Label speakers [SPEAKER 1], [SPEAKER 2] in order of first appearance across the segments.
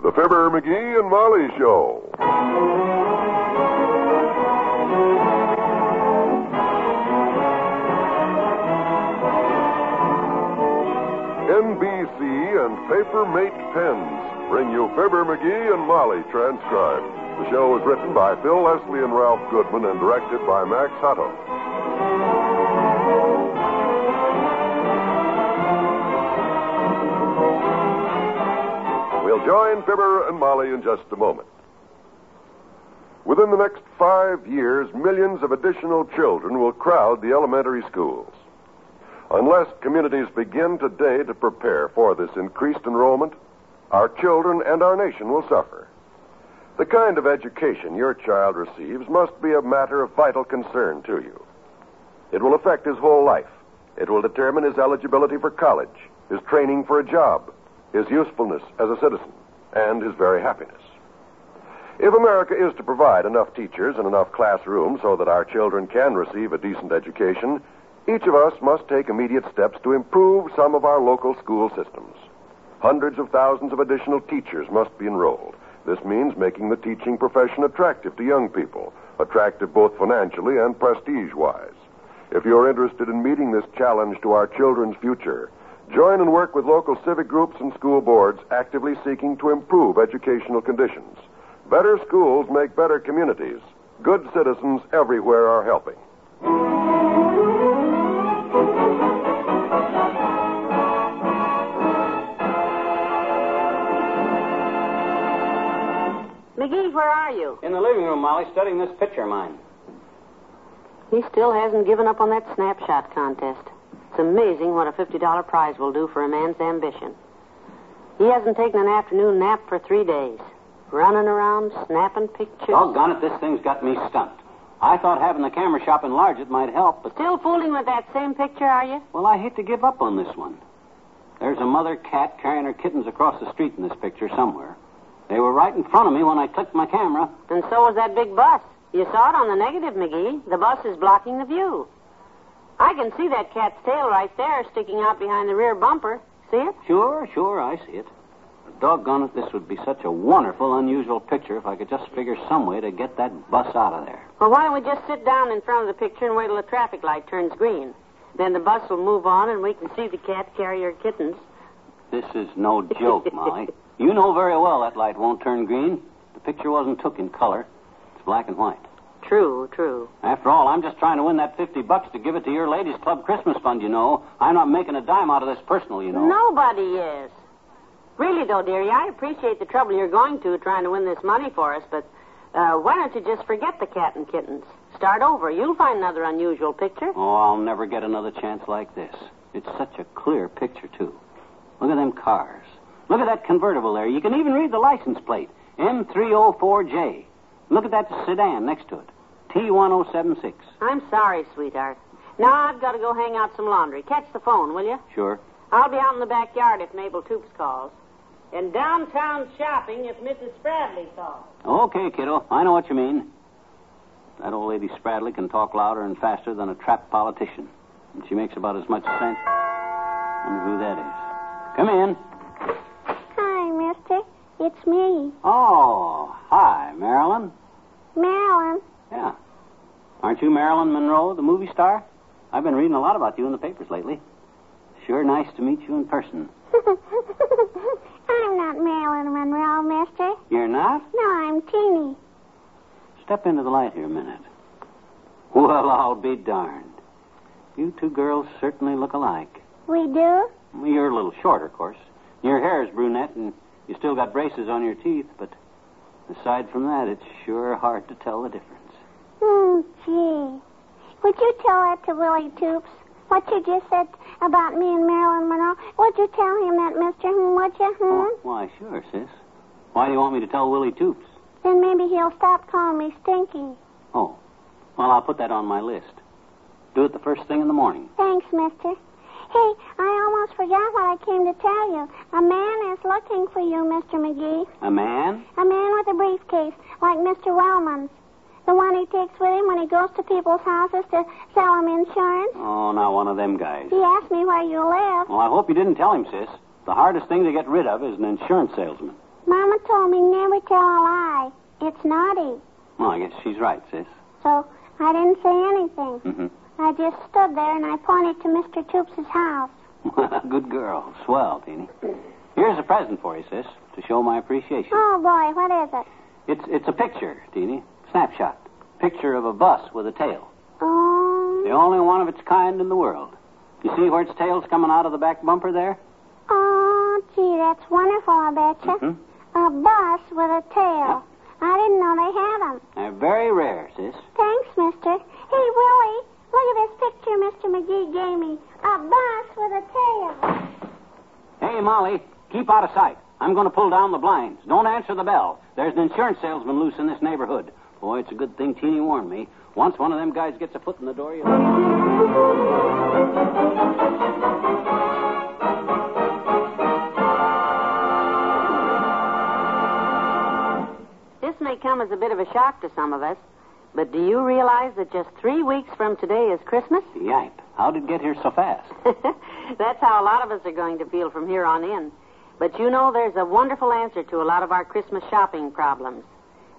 [SPEAKER 1] The Fibber, McGee, and Molly Show. NBC and Paper Mate Pens bring you Fibber, McGee, and Molly transcribed. The show is written by Phil Leslie and Ralph Goodman and directed by Max Hutto. We'll join Fibber and Molly in just a moment. Within the next five years, millions of additional children will crowd the elementary schools. Unless communities begin today to prepare for this increased enrollment, our children and our nation will suffer. The kind of education your child receives must be a matter of vital concern to you. It will affect his whole life. It will determine his eligibility for college, his training for a job, his usefulness as a citizen, and his very happiness. If America is to provide enough teachers and enough classrooms so that our children can receive a decent education, each of us must take immediate steps to improve some of our local school systems. Hundreds of thousands of additional teachers must be enrolled. This means making the teaching profession attractive to young people, attractive both financially and prestige wise. If you're interested in meeting this challenge to our children's future, join and work with local civic groups and school boards actively seeking to improve educational conditions. Better schools make better communities. Good citizens everywhere are helping.
[SPEAKER 2] McGee, where are you?
[SPEAKER 3] In the living room, Molly, studying this picture of mine.
[SPEAKER 2] He still hasn't given up on that snapshot contest. It's amazing what a $50 prize will do for a man's ambition. He hasn't taken an afternoon nap for three days, running around, snapping pictures.
[SPEAKER 3] Doggone it, this thing's got me stumped. I thought having the camera shop enlarge it might help, but
[SPEAKER 2] Still fooling with that same picture, are you?
[SPEAKER 3] well, I hate to give up on this one. There's a mother cat carrying her kittens across the street in this picture somewhere. They were right in front of me when I clicked my camera.
[SPEAKER 2] And so was that big bus. You saw it on the negative, McGee. The bus is blocking the view. I can see that cat's tail right there sticking out behind the rear bumper. See it?
[SPEAKER 3] Sure, sure, I see it. Doggone it, this would be such a wonderful, unusual picture if I could just figure some way to get that bus out of there.
[SPEAKER 2] Well, why don't we just sit down in front of the picture and wait till the traffic light turns green? Then the bus will move on and we can see the cat carry her kittens.
[SPEAKER 3] This is no joke, Molly. You know very well that light won't turn green. The picture wasn't took in color. It's black and white.
[SPEAKER 2] True, true.
[SPEAKER 3] After all, I'm just trying to win that 50 bucks to give it to your ladies' club Christmas fund, you know. I'm not making a dime out of this personal, you know.
[SPEAKER 2] Nobody is. Really, though, dearie, I appreciate the trouble you're going to trying to win this money for us, but uh, why don't you just forget the cat and kittens? Start over. You'll find another unusual picture.
[SPEAKER 3] Oh, I'll never get another chance like this. It's such a clear picture, too. Look at them cars. Look at that convertible there. You can even read the license plate M304J. Look at that sedan next to it T1076.
[SPEAKER 2] I'm sorry, sweetheart. Now I've got to go hang out some laundry. Catch the phone, will you?
[SPEAKER 3] Sure.
[SPEAKER 2] I'll be out in the backyard if Mabel Toops calls. And downtown shopping if Mrs. Bradley calls.
[SPEAKER 3] Okay, kiddo. I know what you mean. That old lady Spradley can talk louder and faster than a trapped politician. And she makes about as much sense. Wonder who that is. Come in.
[SPEAKER 4] Hi, mister. It's me,
[SPEAKER 3] Oh, hi, Marilyn.
[SPEAKER 4] Marilyn.
[SPEAKER 3] Yeah. Aren't you Marilyn Monroe, the movie star? I've been reading a lot about you in the papers lately. Sure nice to meet you in person.
[SPEAKER 4] I'm not Marilyn Monroe, mister.
[SPEAKER 3] You're not?
[SPEAKER 4] No, I'm Teeny.
[SPEAKER 3] Step into the light here a minute. Well, I'll be darned. You two girls certainly look alike.
[SPEAKER 4] We do?
[SPEAKER 3] You're a little short, of course. Your hair is brunette, and you still got braces on your teeth, but aside from that, it's sure hard to tell the difference.
[SPEAKER 4] Hmm, gee. Would you tell that to Willie Toops? What you just said about me and Marilyn Monroe? Would you tell him that, mister? Hmm, would you? Hmm?
[SPEAKER 3] Why, sure, sis. Why do you want me to tell Willie Toops?
[SPEAKER 4] Then maybe he'll stop calling me Stinky.
[SPEAKER 3] Oh, well, I'll put that on my list. Do it the first thing in the morning.
[SPEAKER 4] Thanks, mister. Hey, I almost forgot what I came to tell you. A man is looking for you, Mr. McGee.
[SPEAKER 3] A man?
[SPEAKER 4] A man with a briefcase, like Mr. Wellman's. The one he takes with him when he goes to people's houses to sell them insurance.
[SPEAKER 3] Oh, now one of them guys.
[SPEAKER 4] He asked me where you live.
[SPEAKER 3] Well, I hope you didn't tell him, sis. The hardest thing to get rid of is an insurance salesman.
[SPEAKER 4] Mama told me never tell a lie. It's naughty.
[SPEAKER 3] Well, I guess she's right, sis.
[SPEAKER 4] So I didn't say anything.
[SPEAKER 3] Mm-hmm.
[SPEAKER 4] I just stood there and I pointed to Mr. Toops' house.
[SPEAKER 3] Good girl. Swell, Teeny. Here's a present for you, sis, to show my appreciation.
[SPEAKER 4] Oh boy, what is it?
[SPEAKER 3] It's it's a picture, Teeny. Snapshot. Picture of a bus with a tail. The
[SPEAKER 4] Um,
[SPEAKER 3] only one of its kind in the world. You see where its tail's coming out of the back bumper there?
[SPEAKER 4] oh, gee, that's wonderful, I betcha.
[SPEAKER 3] Mhm.
[SPEAKER 4] A bus with a tail. I didn't know they had 'em.
[SPEAKER 3] They're very rare, sis.
[SPEAKER 4] Thanks, mister. Hey, Willie, look at this picture Mr. McGee gave me. A bus with a tail.
[SPEAKER 3] Hey, Molly, keep out of sight. I'm going to pull down the blinds. Don't answer the bell. There's an insurance salesman loose in this neighborhood. Boy, it's a good thing Teeny warned me. Once one of them guys gets a foot in the door, you.
[SPEAKER 2] This may come as a bit of a shock to some of us, but do you realize that just three weeks from today is Christmas?
[SPEAKER 3] Yipe. How did it get here so fast?
[SPEAKER 2] That's how a lot of us are going to feel from here on in. But you know, there's a wonderful answer to a lot of our Christmas shopping problems.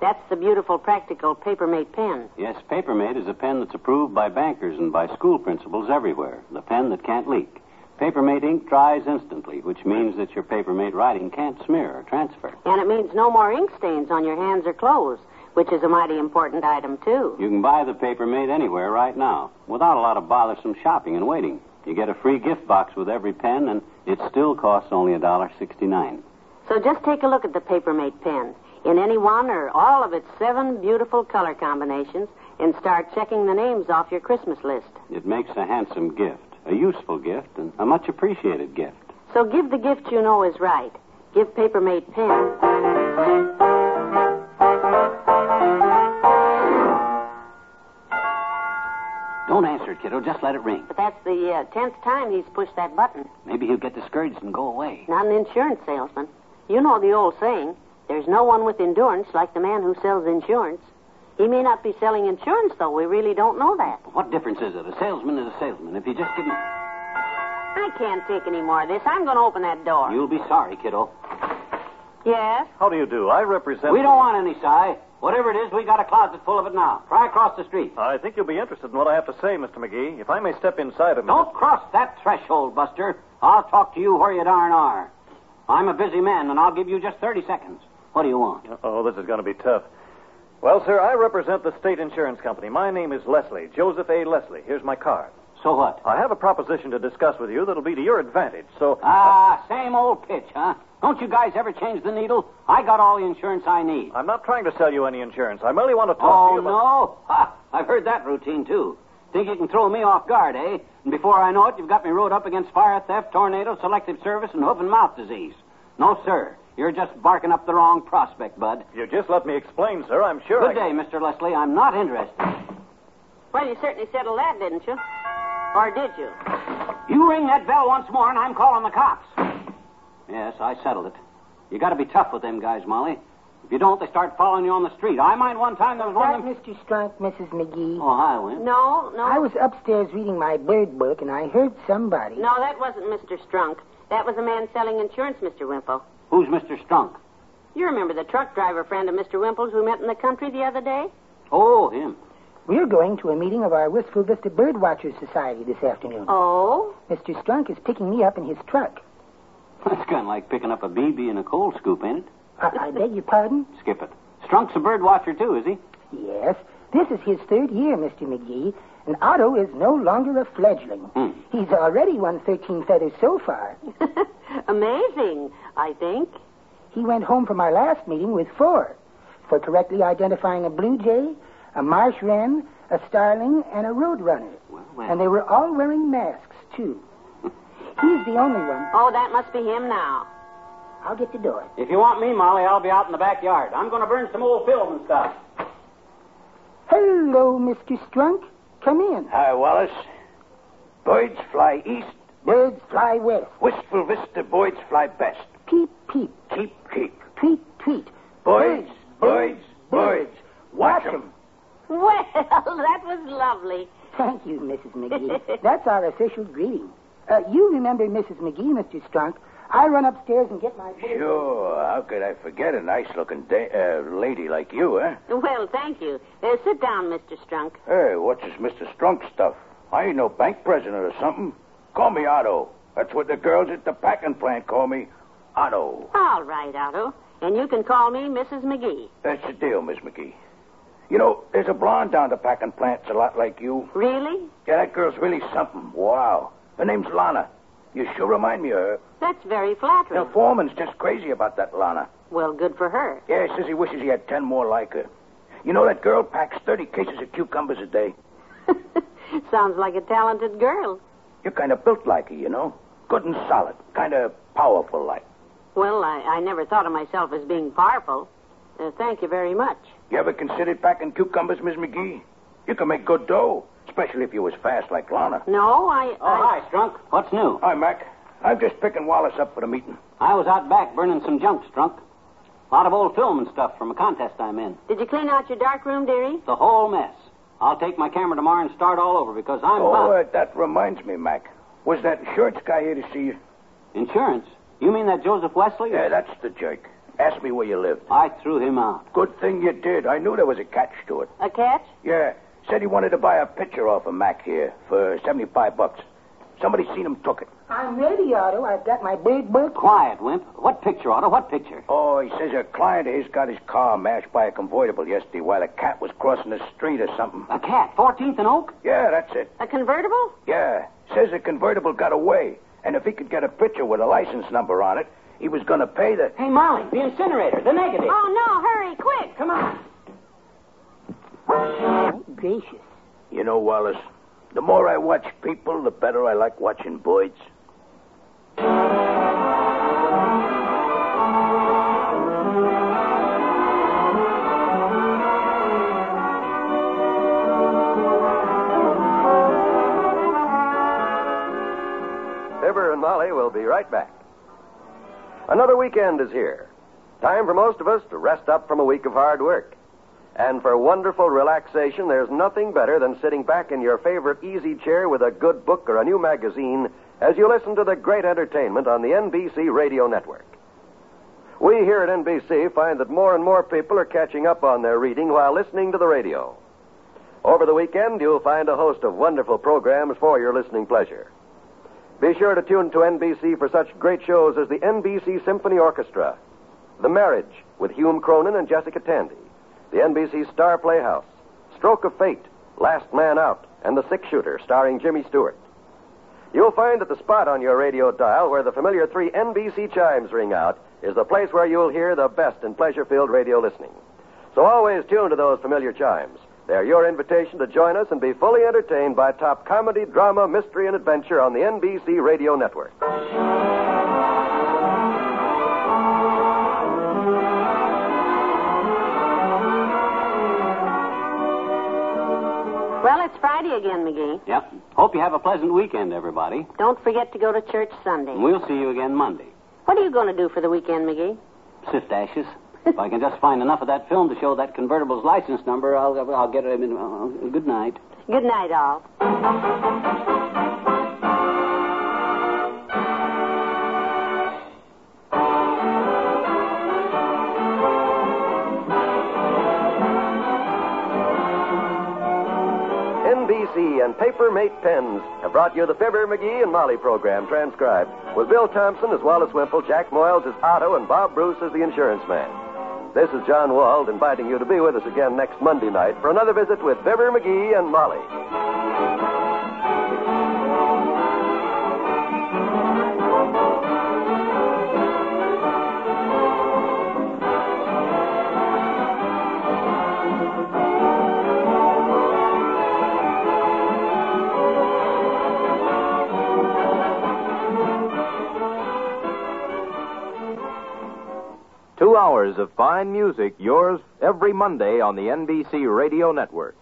[SPEAKER 2] That's the beautiful, practical Papermate pen.
[SPEAKER 3] Yes, Papermate is a pen that's approved by bankers and by school principals everywhere. The pen that can't leak. Papermate ink dries instantly, which means that your Papermate writing can't smear or transfer.
[SPEAKER 2] And it means no more ink stains on your hands or clothes, which is a mighty important item, too.
[SPEAKER 3] You can buy the Papermate anywhere right now without a lot of bothersome shopping and waiting. You get a free gift box with every pen, and it still costs only $1.69.
[SPEAKER 2] So just take a look at the Papermate pen in any one or all of its seven beautiful color combinations and start checking the names off your Christmas list.
[SPEAKER 3] It makes a handsome gift, a useful gift, and a much appreciated gift.
[SPEAKER 2] So give the gift you know is right. Give Papermate pen.
[SPEAKER 3] Don't answer it, kiddo. Just let it ring.
[SPEAKER 2] But that's the uh, tenth time he's pushed that button.
[SPEAKER 3] Maybe he'll get discouraged and go away.
[SPEAKER 2] Not an insurance salesman. You know the old saying there's no one with endurance like the man who sells insurance. He may not be selling insurance, though. We really don't know that.
[SPEAKER 3] What difference is it? A salesman is a salesman. If you just give him.
[SPEAKER 2] I can't take any more of this. I'm going to open that door.
[SPEAKER 3] You'll be sorry, kiddo.
[SPEAKER 2] Yes?
[SPEAKER 5] How do you do? I represent.
[SPEAKER 3] We don't want any sigh. Whatever it is, we got a closet full of it now. Try across the street.
[SPEAKER 5] I think you'll be interested in what I have to say, Mr. McGee. If I may step inside a minute.
[SPEAKER 3] Don't cross that threshold, Buster. I'll talk to you where you darn are. I'm a busy man, and I'll give you just 30 seconds. What do you want?
[SPEAKER 5] Oh, this is going to be tough. Well, sir, I represent the state insurance company. My name is Leslie, Joseph A. Leslie. Here's my card.
[SPEAKER 3] So what?
[SPEAKER 5] I have a proposition to discuss with you that'll be to your advantage. So,
[SPEAKER 3] Ah, same old pitch, huh? Don't you guys ever change the needle? I got all the insurance I need.
[SPEAKER 5] I'm not trying to sell you any insurance. I merely want to talk to
[SPEAKER 3] Oh,
[SPEAKER 5] you. about-
[SPEAKER 3] no? Ha! I've heard that routine, too. Think you can throw me off guard, eh? And before I know it, you've got me rode up against fire, theft, tornado, selective service, and hoof and mouth disease. No, sir. You're just barking up the wrong prospect, bud.
[SPEAKER 5] You just let me explain, sir. I'm sure.
[SPEAKER 3] Good
[SPEAKER 5] I...
[SPEAKER 3] day, Mr. Leslie. I'm not interested.
[SPEAKER 2] Well, you certainly settled that, didn't you? Or did you?
[SPEAKER 3] You ring that bell once more, and I'm calling the cops. Yes, I settled it. You got to be tough with them guys, Molly. If you don't, they start following you on the street. I mind one time there was one
[SPEAKER 6] Right,
[SPEAKER 3] of them.
[SPEAKER 6] Mr. Strunk, Mrs. McGee.
[SPEAKER 3] Oh, hi, Win.
[SPEAKER 2] No, no.
[SPEAKER 6] I was upstairs reading my bird book and I heard somebody.
[SPEAKER 2] No, that wasn't Mr. Strunk. That was a man selling insurance, Mr. Wimple.
[SPEAKER 3] Who's Mr. Strunk?
[SPEAKER 2] You remember the truck driver friend of Mr. Wimple's we met in the country the other day?
[SPEAKER 3] Oh, him.
[SPEAKER 6] We're going to a meeting of our Wistful Vista Bird Watchers Society this afternoon.
[SPEAKER 2] Oh?
[SPEAKER 6] Mr. Strunk is picking me up in his truck.
[SPEAKER 3] That's kind of like picking up a BB in a cold scoop, ain't it?
[SPEAKER 6] I, I beg your pardon?
[SPEAKER 3] Skip it. Strunk's a bird watcher, too, is he?
[SPEAKER 6] Yes. This is his third year, Mr. McGee, and Otto is no longer a fledgling.
[SPEAKER 3] Hmm.
[SPEAKER 6] He's already won 13 feathers so far.
[SPEAKER 2] Amazing, I think.
[SPEAKER 6] He went home from our last meeting with four for correctly identifying a blue jay, a marsh wren, a starling, and a roadrunner.
[SPEAKER 3] Well,
[SPEAKER 6] And they were all wearing masks, too. He's the only one.
[SPEAKER 2] Oh, that must be him now.
[SPEAKER 6] I'll get the door.
[SPEAKER 3] If you want me, Molly, I'll be out in the backyard. I'm going to burn some old film and stuff.
[SPEAKER 6] Hello, Mr. Strunk. Come in.
[SPEAKER 7] Hi, Wallace. Boyd's fly east,
[SPEAKER 6] Birds fly west.
[SPEAKER 7] wistful vista, Boyd's fly best.
[SPEAKER 6] Peep, peep.
[SPEAKER 7] Keep, keep.
[SPEAKER 6] Tweet, tweet.
[SPEAKER 7] Boyd's, Boyd's, Boyd's. Watch 'em.
[SPEAKER 2] Well, Oh, that was lovely.
[SPEAKER 6] Thank you, Mrs. McGee. That's our official greeting. Uh, you remember Mrs. McGee, Mr. Strunk. I run upstairs and get my.
[SPEAKER 7] Sure, how could I forget a nice looking da- uh, lady like you, eh?
[SPEAKER 2] Well, thank you. Uh, sit down, Mr. Strunk.
[SPEAKER 7] Hey, what's this Mr. Strunk stuff? I ain't no bank president or something. Call me Otto. That's what the girls at the packing plant call me. Otto.
[SPEAKER 2] All right, Otto. And you can call me Mrs. McGee.
[SPEAKER 7] That's the deal, Miss McGee. You know, there's a blonde down the packing plant's a lot like you.
[SPEAKER 2] Really?
[SPEAKER 7] Yeah, that girl's really something. Wow. Her name's Lana. You sure remind me of her.
[SPEAKER 2] That's very
[SPEAKER 7] The
[SPEAKER 2] flattering.
[SPEAKER 7] foreman's just crazy about that Lana.
[SPEAKER 2] Well, good for her.
[SPEAKER 7] Yeah, says he wishes he had ten more like her. You know, that girl packs 30 cases of cucumbers a day.
[SPEAKER 2] Sounds like a talented girl.
[SPEAKER 7] You're kind of built like her, you know? Good and solid. Kind of powerful like.
[SPEAKER 2] Well, I, I never thought of myself as being powerful. Uh, thank you very much.
[SPEAKER 7] You ever considered packing cucumbers, Miss McGee? You can make good dough, especially if you was fast like Lana.
[SPEAKER 2] No, I.
[SPEAKER 3] Oh,
[SPEAKER 2] I...
[SPEAKER 3] hi, Strunk. What's new?
[SPEAKER 7] Hi, Mac. I'm just picking Wallace up for the meeting.
[SPEAKER 3] I was out back burning some junk, Strunk. A lot of old film and stuff from a contest I'm in.
[SPEAKER 2] Did you clean out your dark room, dearie?
[SPEAKER 3] The whole mess. I'll take my camera tomorrow and start all over because I'm
[SPEAKER 7] Oh,
[SPEAKER 3] bound.
[SPEAKER 7] uh, that reminds me, Mac. Was that insurance guy here to see you?
[SPEAKER 3] Insurance? You mean that Joseph Wesley?
[SPEAKER 7] Yeah, that's the jerk. Asked me where you lived.
[SPEAKER 3] I threw him out.
[SPEAKER 7] Good thing you did. I knew there was a catch to it.
[SPEAKER 2] A catch?
[SPEAKER 7] Yeah, said he wanted to buy a picture off of Mac here for 75 bucks. Somebody seen him took it.
[SPEAKER 6] I'm ready, Otto. I've got my big book.
[SPEAKER 3] Quiet, wimp. What picture, Otto? What picture?
[SPEAKER 7] Oh, he says a client of his got his car mashed by a convertible yesterday while a cat was crossing the street or something.
[SPEAKER 3] A cat, 14th and Oak?
[SPEAKER 7] Yeah, that's it.
[SPEAKER 2] A convertible?
[SPEAKER 7] Yeah, says the convertible got away, and if he could get a picture with a license number on it, he was going to pay the.
[SPEAKER 3] Hey, Molly, the incinerator, the negative.
[SPEAKER 2] Oh, no, hurry, quick.
[SPEAKER 3] Come on.
[SPEAKER 6] Thank gracious.
[SPEAKER 7] You know, Wallace, the more I watch people, the better I like watching Boyd's.
[SPEAKER 1] Fibber and Molly will be right back. Another weekend is here. Time for most of us to rest up from a week of hard work. And for wonderful relaxation, there's nothing better than sitting back in your favorite easy chair with a good book or a new magazine as you listen to the great entertainment on the NBC radio network. We here at NBC find that more and more people are catching up on their reading while listening to the radio. Over the weekend, you'll find a host of wonderful programs for your listening pleasure. Be sure to tune to NBC for such great shows as the NBC Symphony Orchestra, The Marriage with Hume Cronin and Jessica Tandy, the NBC Star Playhouse, Stroke of Fate, Last Man Out, and The Six Shooter starring Jimmy Stewart. You'll find that the spot on your radio dial where the familiar three NBC chimes ring out is the place where you'll hear the best in pleasure filled radio listening. So always tune to those familiar chimes. They're your invitation to join us and be fully entertained by top comedy, drama, mystery, and adventure on the NBC Radio Network.
[SPEAKER 2] Well, it's Friday again, McGee.
[SPEAKER 3] Yep. Hope you have a pleasant weekend, everybody.
[SPEAKER 2] Don't forget to go to church Sunday.
[SPEAKER 3] And we'll see you again Monday.
[SPEAKER 2] What are you going to do for the weekend, McGee?
[SPEAKER 3] Sift ashes. if I can just find enough of that film to show that convertible's license number, I'll, I'll get it. in- uh, Good night.
[SPEAKER 2] Good night, all.
[SPEAKER 1] NBC and Paper Mate Pens have brought you the Fibber, McGee, and Molly program transcribed with Bill Thompson as Wallace Wimple, Jack Moyles as Otto, and Bob Bruce as the insurance man. This is John Wald inviting you to be with us again next Monday night for another visit with Fibber, McGee, and Molly.
[SPEAKER 7] hours of fine music, yours every Monday on the NBC Radio Network.